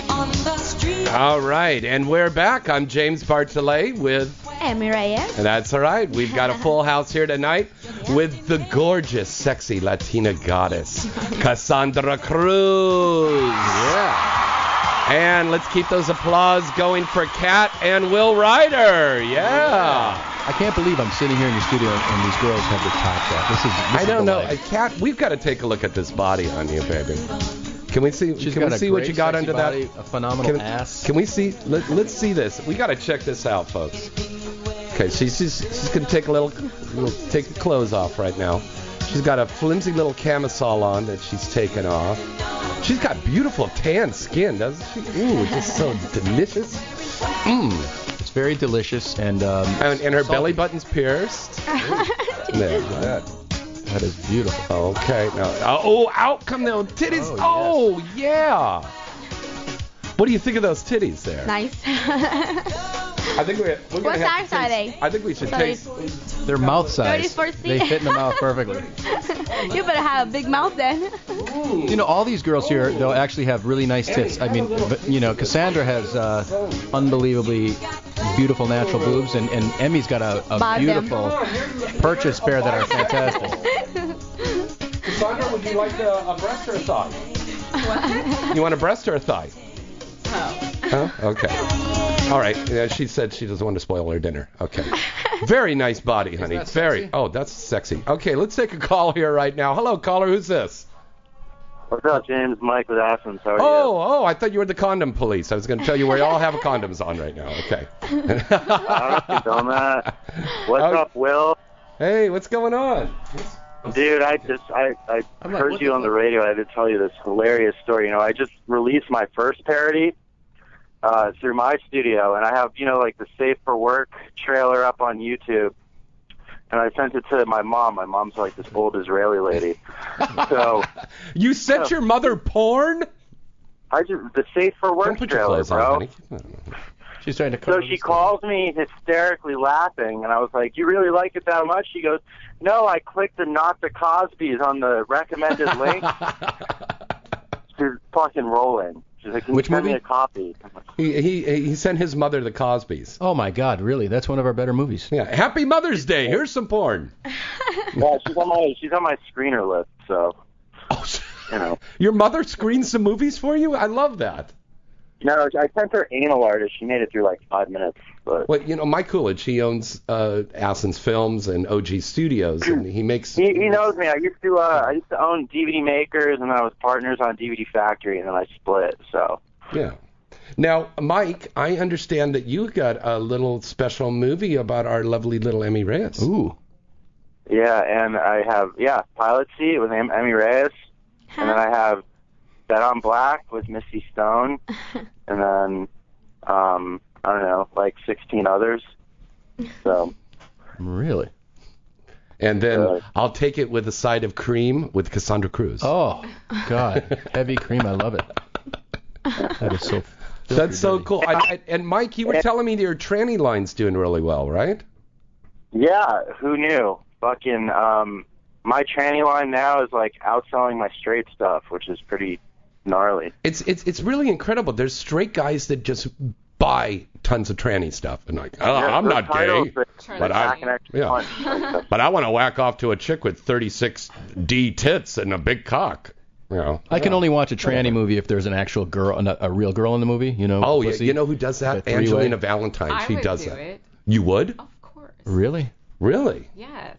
On the street. Ah. All right, and we're back. I'm James Bartolet with. Emmy Reyes. That's all right. We've got a full house here tonight with the gorgeous, sexy Latina goddess, Cassandra Cruz. Yeah. And let's keep those applause going for Kat and Will Ryder. Yeah. I can't believe I'm sitting here in the studio and these girls have the top shot. This is. This I is don't the know, life. Kat. We've got to take a look at this body on you, baby. Can we see? She's can got we a see what great you got sexy under body, that? A phenomenal Can, ass. can we see? Let, let's see this. We got to check this out, folks. Okay, she's she's, she's gonna take a little, little take the clothes off right now. She's got a flimsy little camisole on that she's taken off. She's got beautiful tan skin, doesn't she? Ooh, just so delicious. Mmm. Mm. it's very delicious and. Um, And, and her salty. belly button's pierced. There, that. That is beautiful. Okay. Now, uh, oh, out come the titties. Oh, Oh, yeah. What do you think of those titties there? Nice. I think we're, we're What gonna size have to are taste- they? I think we should Sorry. taste. They're mouth size. 34 C. They fit in the mouth perfectly. you better have a big mouth then. You know, all these girls here, they'll actually have really nice tits. I mean, but, you know, Cassandra has uh, unbelievably beautiful natural boobs, and, and Emmy's got a, a Buy them. beautiful purchase pair that are fantastic. Sandra, would you like a breast or a thigh? You want a breast or a thigh? Huh? Okay. All right. Yeah, she said she doesn't want to spoil her dinner. Okay. Very nice body, honey. that Very. sexy? Oh, that's sexy. Okay, let's take a call here right now. Hello, caller. Who's this? What's up, James? Mike with Athens. How are you? Oh, oh, I thought you were the condom police. I was going to tell you we all have condoms on right now. Okay. All right, dumbass. What's Oh. up, Will? Hey, what's going on? Dude, I just I I I'm like, heard what you the on the fuck? radio. I had to tell you this hilarious story. You know, I just released my first parody uh, through my studio, and I have you know like the Safe for Work trailer up on YouTube. And I sent it to my mom. My mom's like this old Israeli lady. So You sent your mother porn? I just the Safe for Work Don't put your trailer, clothes bro. on, honey. She's trying to So cover she this calls me hysterically laughing, and I was like, "You really like it that much?" She goes, "No, I clicked the not the Cosby's on the recommended link. She's fucking rolling." She's like, "Can Which you send me movie? a copy?" I'm like, he, he he sent his mother the Cosbys. Oh my God, really? That's one of our better movies. Yeah. Happy Mother's Day. Here's some porn. Yeah, she's on my she's on my screener list, so Oh, you know. your mother screens some movies for you? I love that. No, I sent her anal artist. She made it through like five minutes. But Well, you know, Mike Coolidge, he owns uh, Assen's Films and OG Studios, and he makes. he, Mm. he knows me. I used to uh, I used to own DVD makers, and I was partners on DVD Factory, and then I split. So Yeah. Now, Mike, I understand that you got a little special movie about our lovely little Emmy Reyes. Ooh. yeah, and I have yeah Pilot Seat with Em- Emmy Reyes, and then I have That on Black with Misty Stone, and then um, I don't know like 16 others. So Really? And then I'll take it with a side of cream with Cassandra Cruz. Oh, God. Heavy cream. I love it. That is so. That's so cool. I, I, and Mike, you were telling me that your tranny line's doing really well, right? yeah, who knew? Fucking um, my tranny line now is like outselling my straight stuff, which is pretty gnarly. It's it's it's really incredible. There's straight guys that just buy tons of tranny stuff and like, oh, Yeah, I'm her not titles gay, are but I back and extra yeah, punch. but I want to whack off to a chick with 36 D tits and a big cock. You know. I can only watch a tranny movie if there's an actual girl, a a real girl in the movie. You know. Oh, yeah. pussy. You know who does that? three-way. Angelina Valentine. I she would does do that. it. You would? Of course. Really? Really? Yes.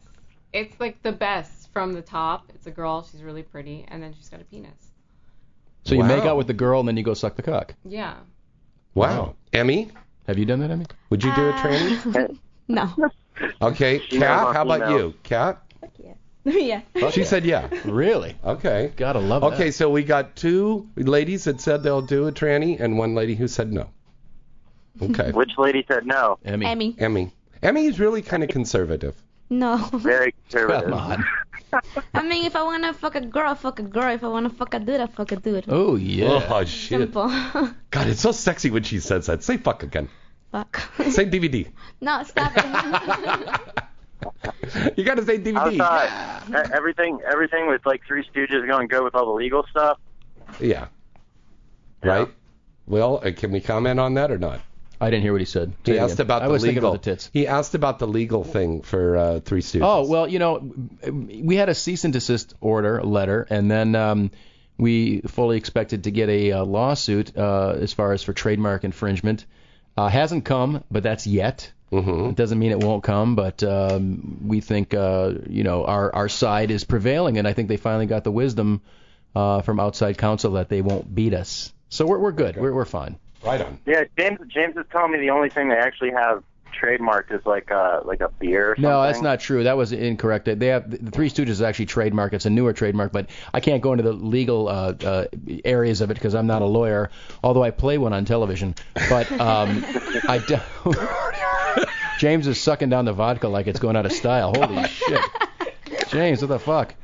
It's like the best from the top. It's a girl. She's really pretty, and then she's got a penis. So you make Wow. out with the girl and then you go suck the cock. Yeah. Wow. Emmy, Have you done that, Emmy? would you do a tranny? No. Okay. knows Kat, I'm how about female. you? Kat? yeah. She said yeah. Really? Okay. Gotta love that. Okay, so we got two ladies that said they'll do a tranny and one lady who said no. Okay. Which lady said no? Emmy. Emmy. Emmy. Emmy is really kind of conservative. No. Very Come conservative. on. I mean, if I wanna fuck a girl, I fuck a girl. If I wanna fuck a dude, I fuck a dude. Oh yeah. Oh, shit. Simple. God, it's so sexy when she says that. Say fuck again. fuck. Say DVD. no, stop it. You got to say I DVD. thought e- everything everything with like Three Stooges going good with all the legal stuff. Yeah. Right? Well, uh, can we comment on that or not? I didn't hear what he said. Say He it asked again. about I the was thinking legal. about the tits. He asked about the legal thing for uh, Three Stooges. Oh well, you know, we had a cease and desist order letter, and then um, we fully expected to get a uh, lawsuit uh, as far as for trademark infringement. Uh, hasn't come, but that's yet. It doesn't mean it won't come, but um, we think uh, you know our our side is prevailing, and I think they finally got the wisdom uh, from outside counsel that they won't beat us. So we're we're good. We're we're fine. right on. Yeah, James James is telling me the only thing they actually have trademarked is like a like a beer. Or No, something. that's not true. That was incorrect. They have the Three Stooges is actually trademark. It's a newer trademark, but I can't go into the legal uh, uh, areas of it because I'm not a lawyer. Although I play one on television, but um, I don't. James is sucking down the vodka like it's going out of style. Holy shit, James, what the fuck?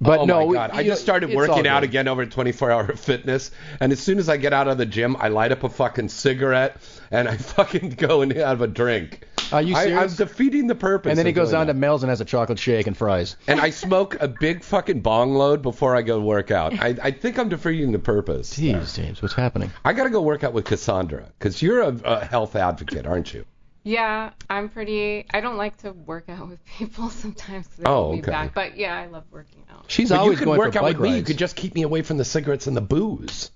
But oh no, my God. I you know, just started it's all working good. out again over at 24 Hour Fitness, and as soon as I get out of the gym, I light up a fucking cigarette and I fucking go and have a drink. Are you I, I'm serious? defeating the purpose. and then he of goes doing on to that. Mel's and has a chocolate shake and fries. and I smoke a big fucking bong load before I go work out. I, I think I'm defeating the purpose. Jeez, James, what's happening? I got to go work out with Cassandra because you're a, a health advocate, aren't you? Yeah, I'm pretty. I don't like to work out with people sometimes. 'cause they Oh, hold me okay. Back, but yeah, I love working out. She's But you always could going work for out bike with me. You rides. could just keep me away from the cigarettes and the booze.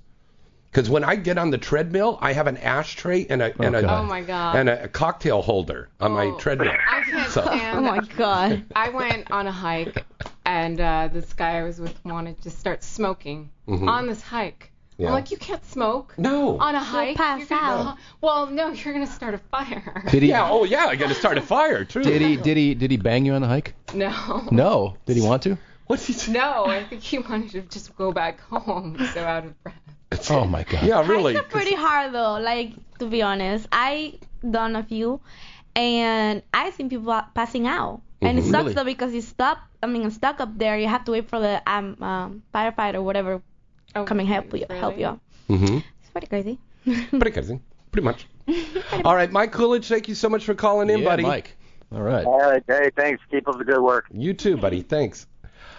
Because when I get on the treadmill, I have an ashtray and a and a God. Oh my god. and a cocktail holder on my Oh. treadmill. I can't So- stand. oh my god. I went on a hike, and uh, this guy I was with wanted to start smoking on this hike. Mm-hmm. Yeah. I'm like, you can't smoke No. on a hike. pass You're gonna- out. Well, no, you're gonna start a fire. Did he? yeah. Oh yeah. I got to start a fire too. Did he? Did he? Did he bang you on the hike? No. No. Did he want to? What did he? No, I think he wanted to just go back home. He's So out of breath. Oh my God. Yeah. Really. It's pretty hard though. Like to be honest, I done a few, and I seen people are passing out, and it sucks Oh, Really? though because you stop. I mean, you're stuck up there. You have to wait for the um, um firefighter or whatever Oh, coming help you help really? you. out. Mm-hmm. It's pretty crazy. Pretty crazy. Pretty much. All right, Mike Coolidge. Thank you so much for calling in, Yeah, buddy. Uh, Mike. All right. All right, hey, thanks. Keep up the good work. You too, buddy. Thanks.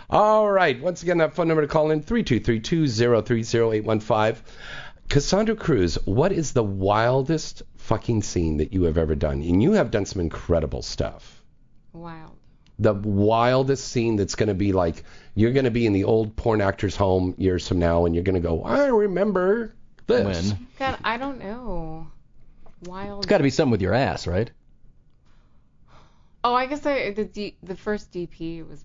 All right. Once again, that phone number to call in 323-2030815. Cassandra Cruz, what is the wildest fucking scene that you have ever done? And you have done some incredible stuff. Wild. The wildest scene that's going to be like you're going to be in the old porn actor's home years from now, and you're going to go, I remember this? When? God, I don't know. Wild. It's got to be something with your ass, right? Oh, I guess I, the D, the first DP was.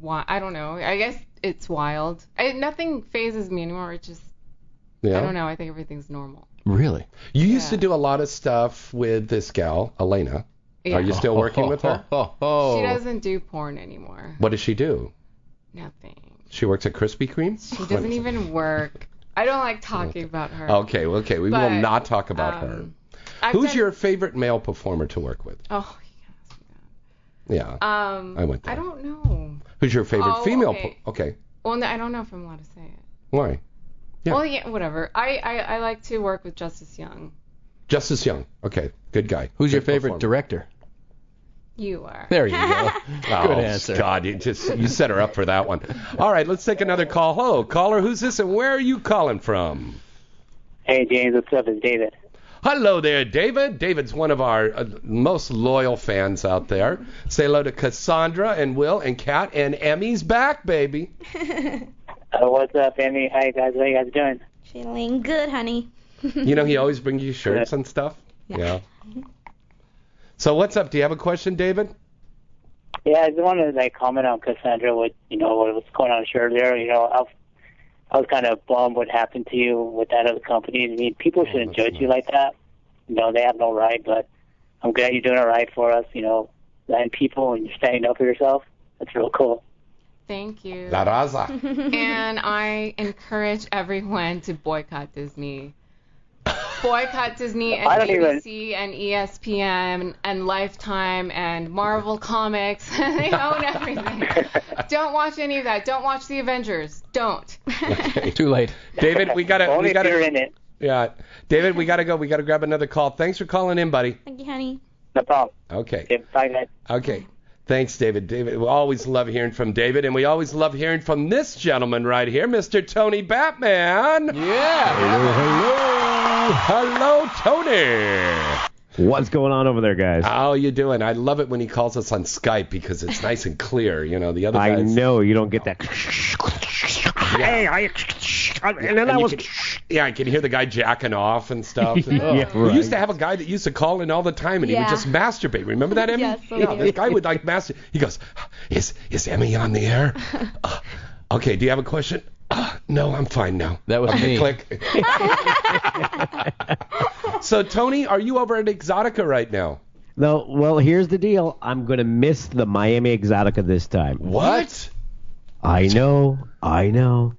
Wi- I don't know. I guess it's wild. I, nothing phases me anymore. It's just Yeah. I don't know. I think everything's normal. Really? You used to do a lot of stuff with this gal, Elena. Yeah. Are you still working with her? Oh. Oh. She doesn't do porn anymore. What does she do? Nothing. She works at Krispy Kreme? She doesn't even work. I don't like talking about her. Oh, Okay, well, okay. We But, will not talk about um, her. I've Who's done- your favorite male performer to work with? Oh. Yeah. Um. I went there. I don't know. Who's your favorite oh, female? okay. per- okay. Well, no, I don't know if I'm allowed to say it. Why? Yeah. Well, yeah, whatever. I, I I like to work with Justice Young. Justice Young. Okay. Good guy. Who's your Good favorite performer. director? You are. There you go. Oh, Good answer. God, you just you set her up for that one. All right, let's take another call. Hello, caller. Who's this, and where are you calling from? Hey James, what's up? It's David. Hello there, David. David's one of our uh, most loyal fans out there. Say hello to Cassandra and Will and Kat and Emmy's back, baby. Uh, what's up, Emmy? Hi guys, how you guys doing? Feeling good, honey. You know he always brings you shirts and stuff. Yeah. So what's up? Do you have a question, David? Yeah, I just wanted to like comment on Cassandra. What you know, what was going on with you earlier? You know, I've, I was kind of bummed what happened to you with that other company. I mean, people shouldn't judge you like that. You know, they have no right. But I'm glad you're doing all right for us. You know, and people and you're standing up for yourself. That's real cool. Thank you. La Raza. and I encourage everyone to boycott Disney. Boycott Disney and I don't even- ABC and E ESPN and Lifetime and Marvel Comics. they own everything. Don't watch any of that. Don't watch The Avengers. Don't. Too late. David, we gotta Only we if gotta you're in it. yeah. David, we gotta go. We gotta grab another call. Thanks for calling in, buddy. Thank you, honey. No problem. Okay. Yeah, Bye guys. Okay. Thanks, David. David, we always love hearing from David, and we always love hearing from this gentleman right here, Mr. Tony Batman. Yeah. Hello, Tony. What's going on over there, guys? How you doing? I love it when he calls us on Skype because it's nice and clear. You know, the other I guys. know you don't get that. Hey, I. And then I you was. can- yeah, I can hear the guy jacking off and stuff. And, Yeah, We right. used to have a guy that used to call in all the time, and he Yeah. would just masturbate. Remember that, Emmy? Yes, I yeah, do. this guy would like masturbate. He goes, "Is is Emmy on the air? Uh, okay, do you have a question? Uh, no, I'm fine now. That was me. Click. so Tony, are you over at Exotica right now? No, well, here's the deal. I'm going to miss the Miami Exotica this time. What? I know. I know.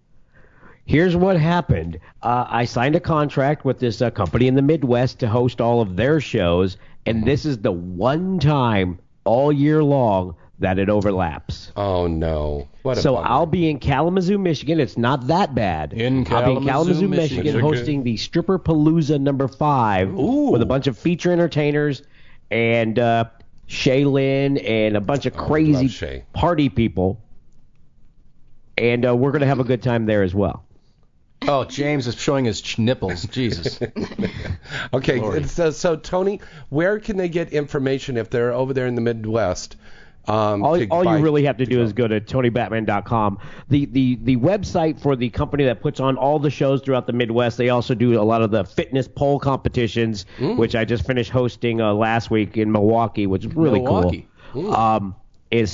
Here's what happened. Uh, I signed a contract with this uh, company in the Midwest to host all of their shows, and this is the one time all year long that it overlaps. Oh no. What a So bummer. I'll be in Kalamazoo, Michigan. It's not that bad. In I'll be in Kalamazoo, Kalamazoo, Michigan, Michigan. hosting the Stripper Palooza number five Ooh. with a bunch of feature entertainers and uh, Shaylin and a bunch of Oh, love crazy Shay. party people. And uh, we're going to have a good time there as well. Oh, James is showing his ch- nipples. Jesus. Okay, and so, so Tony, where can they get information if they're over there in the Midwest? Um, All, to all buy- you really have to do is go to TonyBatman.com. The, the the website for the company that puts on all the shows throughout the Midwest. They also do a lot of the fitness pole competitions, Mm. which I just finished hosting uh, last week in Milwaukee, which is really Milwaukee. cool. Um, is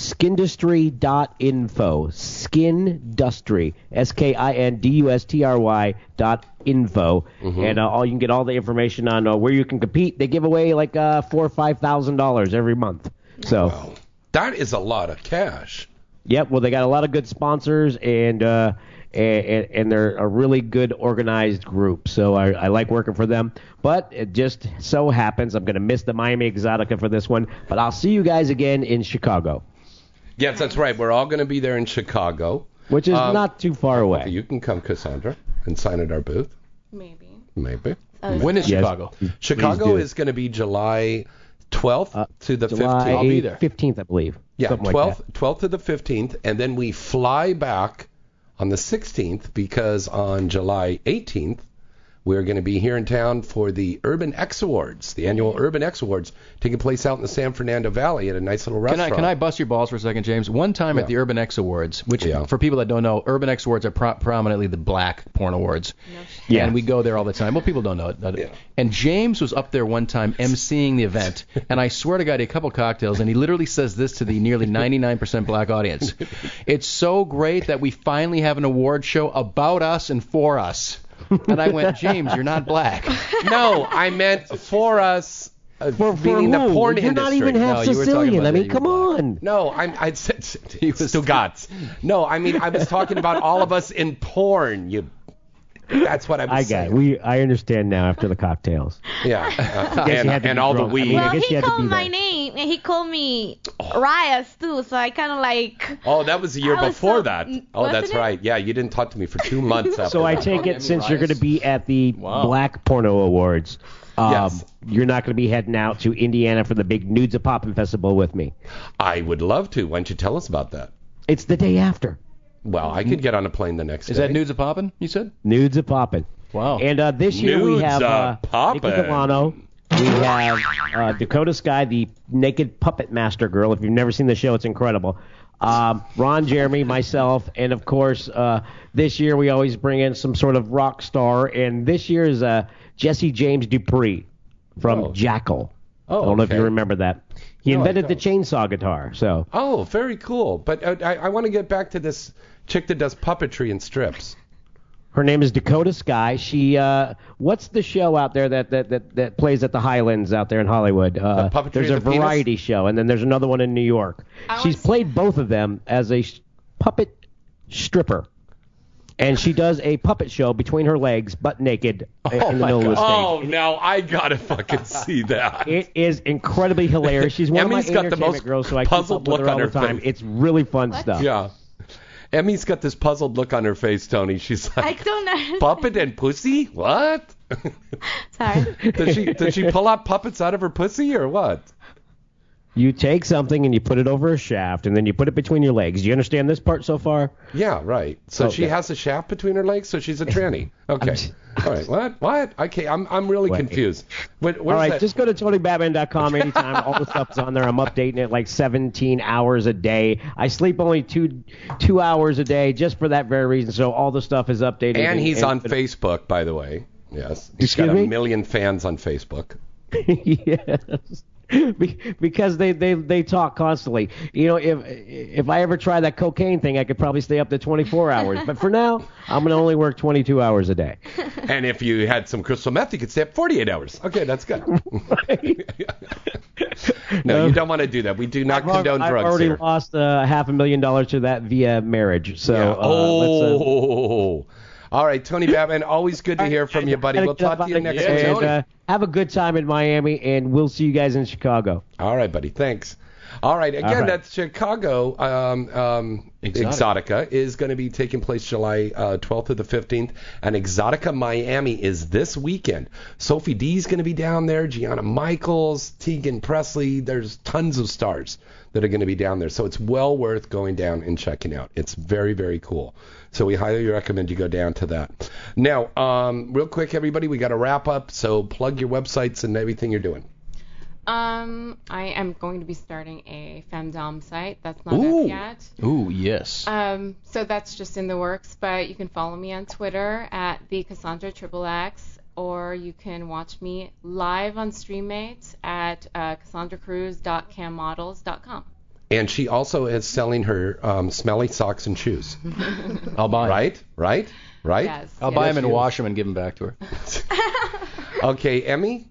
skindustry.info. Skindustry. S K I N D U S T R Y dot info. Mm-hmm. And uh, all you can get all the information on uh, where you can compete. They give away like uh, four or five thousand dollars every month. So. That is a lot of cash. Yep. Well, they got a lot of good sponsors, and uh, and and they're a really good organized group. So I, I like working for them. But it just so happens I'm going to miss the Miami Exotica for this one. But I'll see you guys again in Chicago, Yes, that's right. We're all going to be there in Chicago. which is Um, not too far away. You can come, Cassandra, and sign at our booth, Maybe. maybe. When is Yes. Chicago? Chicago do. Uh, is going to be July 12th to the July 15th. I'll be there. 15th, I believe. yeah, Something like 12th, that. 12th to the 15th, and then we fly back on the 16th because on July 18th We're going to be here in town for the Urban X Awards, the annual Urban X Awards, taking place out in the San Fernando Valley at a nice little Can I restaurant. can I bust your balls for a second, James? One time at the Urban X Awards, which for people that don't know, Urban X Awards are pro- prominently the black porn awards. Yeah. And we go there all the time. Well, people don't know it. And James was up there one time emceeing the event, and I swear to God, he had a couple cocktails, and he literally says this to the nearly 99% black audience: "It's so great that we finally have an award show about us and for us." And I went, James, you're not black. no, I meant for us. Uh, for, meaning the who? porn You're not industry. even half you were talking Sicilian. about I that. mean, You- come on. No, I'm, I said Stugatz. No, I mean I was talking about all of us in porn. You, that's what I was I got it. saying. we. I understand now after the cocktails. Yeah, uh, I guess and, you had to be and all the drunk. I mean, weed. I Well, guess you he had to called be my there. name and he called me Rias too, so I kind of like. Oh, that was the year I was before so- that. n- Oh, that's wasn't it? right. Yeah, you didn't talk to me for two months after So I that. take it since you're going to be at the Black Porno Awards, um, Yes. you're not going to be heading out to Indiana for the big Nudes of Poppin' Festival with me. I would love to. Why don't you tell us about that? It's the day after. Well, I could get on a plane the next Is day. that nudes a poppin'? You said? Nudes of Poppin'. Wow. And uh, this year we Nudes have uh, of Poppin'. Nikki Delano. We have uh, Dakota Sky, the naked puppet master girl. If you've never seen the show, it's incredible. Um, Ron Jeremy, myself, and of course, uh, this year we always bring in some sort of rock star. And this year is uh, Jesse James Dupree from Jackal. Oh, I don't know if okay. you remember that. He No, I invented the chainsaw guitar. So Oh, very cool. But uh, I, I want to get back to this chick that does puppetry and strips. Her name is Dakota Sky. She uh, what's the show out there that that, that that plays at the Highlands out there in Hollywood? Uh, Puppetry there's of a the Penis? variety show, and then there's another one in New York. She's played both of them as a sh- puppet stripper, and she does a puppet show between her legs, butt naked, uh, in the middle of the stage. Oh, now I gotta fucking see that. It is incredibly hilarious. She's one Emmy's of my got the entertainment most girls, so I keep up puzzled with look her all on the her time. face. It's really fun stuff. Yeah. Emmy's got this puzzled look on her face, Tony. She's I like, don't know. puppet and pussy? What? Sorry. Did she did she pull out puppets out of her pussy or what? You take something and you put it over a shaft, and then you put it between your legs. Do you understand this part so far? Oh, Yeah, right. So she Okay. has a shaft between her legs, so she's a tranny. Okay. All right. What? What? Okay. I'm I'm really confused. What, All where's right, that? just go to TonyBatman.com anytime. All the stuff's on there. I'm updating it like 17 hours a day. I sleep only two two hours a day just for that very reason. So all the stuff is updated. and he's on Facebook, by the way. Yes. He's Excuse got me? a million fans on Facebook. yes. Be- Because they, they, they talk constantly. You know, if if I ever try that cocaine thing, I could probably stay up to 24 hours. But for now, I'm gonna only work 22 hours a day. and if you had some crystal meth, you could stay up 48 hours. Okay, that's good. no, you don't want to do that. We do not condone Uh, I've drugs already here. lost uh, half a million dollars to that via marriage. So uh, let's, uh, oh. All right, Tony Batman, always good to hear from you, buddy. Gotta We'll get up talk to out you of next here. week. And, uh, have a good time in Miami, and we'll see you guys in Chicago. All right, buddy. Thanks. All right. Again, All right. that's Chicago. Um, um, Exotic. Exotica is going to be taking place July uh, 12th to the 15th, and Exotica Miami is this weekend. Sophie D's going to be down there. Gianna Michaels, Tegan Presley. There's tons of stars that are going to be down there, so it's well worth going down and checking out. It's very very cool. So we highly recommend you go down to that. Now, um, real quick, everybody, we got to wrap up. So plug your websites and everything you're doing. Um, I am going to be starting a femdom site. That's not Ooh. up yet. Ooh, yes. Um, so that's just in the works, but you can follow me on Twitter at the Cassandra Triple X, or you can watch me live on StreamMate at uh, CassandraCruz.cammodels.com. And she also is selling her um, smelly socks and shoes. I'll buy. Right, right, right. Yes, I'll buy yes. them and Yes, wash them and give them back to her. Okay, Emmy.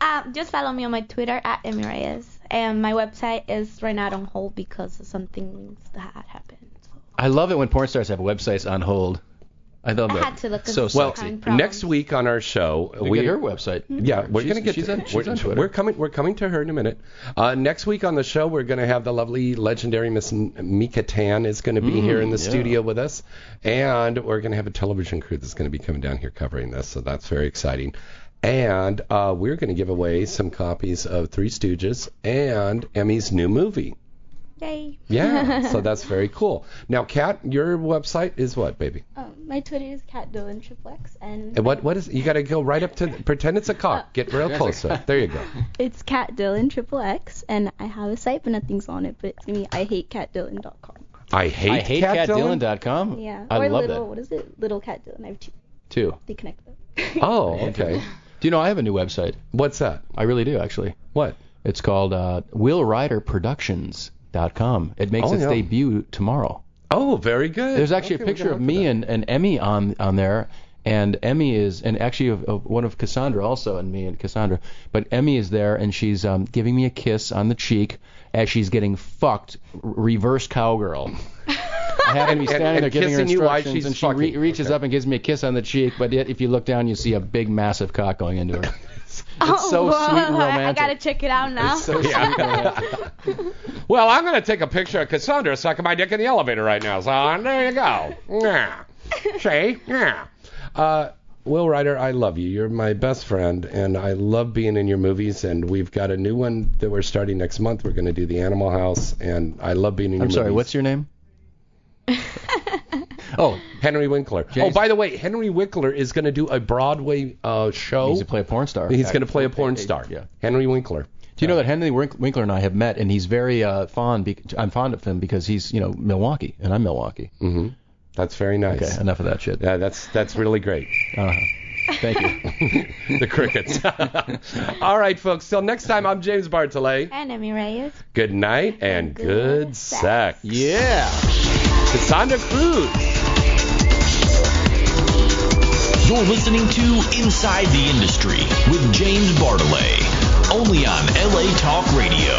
Uh, just follow me on my Twitter at Emmy Reyes, and my website is right now on hold because of something that happened. I love it when porn stars have websites on hold. I love I that. had to look so at Well, sexy. Time problem. next week on our show, Look at her website. Yeah, we're She's- gonna get she's to, on- she's we're, on Twitter. we're coming. We're coming to her in a minute. Uh, next week on the show, we're gonna have the lovely, legendary Miss N- Mika Tan is gonna be Mm, here in the yeah. studio with us, and we're gonna have a television crew that's gonna be coming down here covering this. So that's very exciting. And uh, we're gonna give away some copies of Three Stooges and Emmy's new movie. Yay. Yeah, so that's very cool. Now, Kat, your website is what, baby? Um, my Twitter is Cat Dolan Triplex, and And what what is you got to go right up to pretend it's a cock. Get real close to it. There you go. it's Cat Dylan Triple X, and I have a site, but nothing's on it. But it's me. I hate catdylan.com. I hate I hate Cat Dylan? CatDylan.com. Yeah. Oh, I or love little. What is it? Little Cat Dylan. I have two. that too. They connect them. Oh, okay. Do you know I have a new website? What's that? I really do, actually. What? It's called uh, WillRiderProductions.com. It makes Oh, its yeah. debut tomorrow. Oh, very good. There's actually Okay, a we're picture gonna of me and, and Emmy on on there, and Emmy is and actually of, of one of Cassandra also and me and Cassandra, but Emmy is there and she's um, giving me a kiss on the cheek as she's getting fucked r- reverse cowgirl. I happen to be And- standing and there giving her kissing you while instructions, she's and she re- fucking. reaches Okay. up and gives me a kiss on the cheek. But yet, if you look down, you see a big, massive cock going into her. It's so whoa, sweet and Oh, I, I romantic. gotta check it out now. It's so sweet and romantic. Well, I'm going to take a picture of Cassandra sucking my dick in the elevator right now. So uh, there you go. Yeah. See? Yeah. Uh, Will Ryder, I love you. You're my best friend, and I love being in your movies. And we've got a new one that we're starting next month. We're going to do The Animal House, and I love being in your I'm movies. sorry. What's your name? oh, Henry Winkler. Oh, James- by the way, Henry Winkler is going to do a Broadway uh, show. He's a play a porn star. He's going to play a porn star. Yeah. Henry Winkler. Do you know that Henry Wink- Winkler and I have met, and he's very uh, fond. Be- I'm fond of him because he's, you know, Milwaukee, and I'm Milwaukee. Mm-hmm. That's very nice. Okay, enough of that shit. Yeah, that's that's really great. Uh, thank you. the crickets. All right, folks. Till next time, I'm James Bartolet. And Emmy Reyes. Good night and good sex. Yeah. Cassandra Cruz. You're listening to Inside the Industry with James Bartolet, only on LA Talk Radio.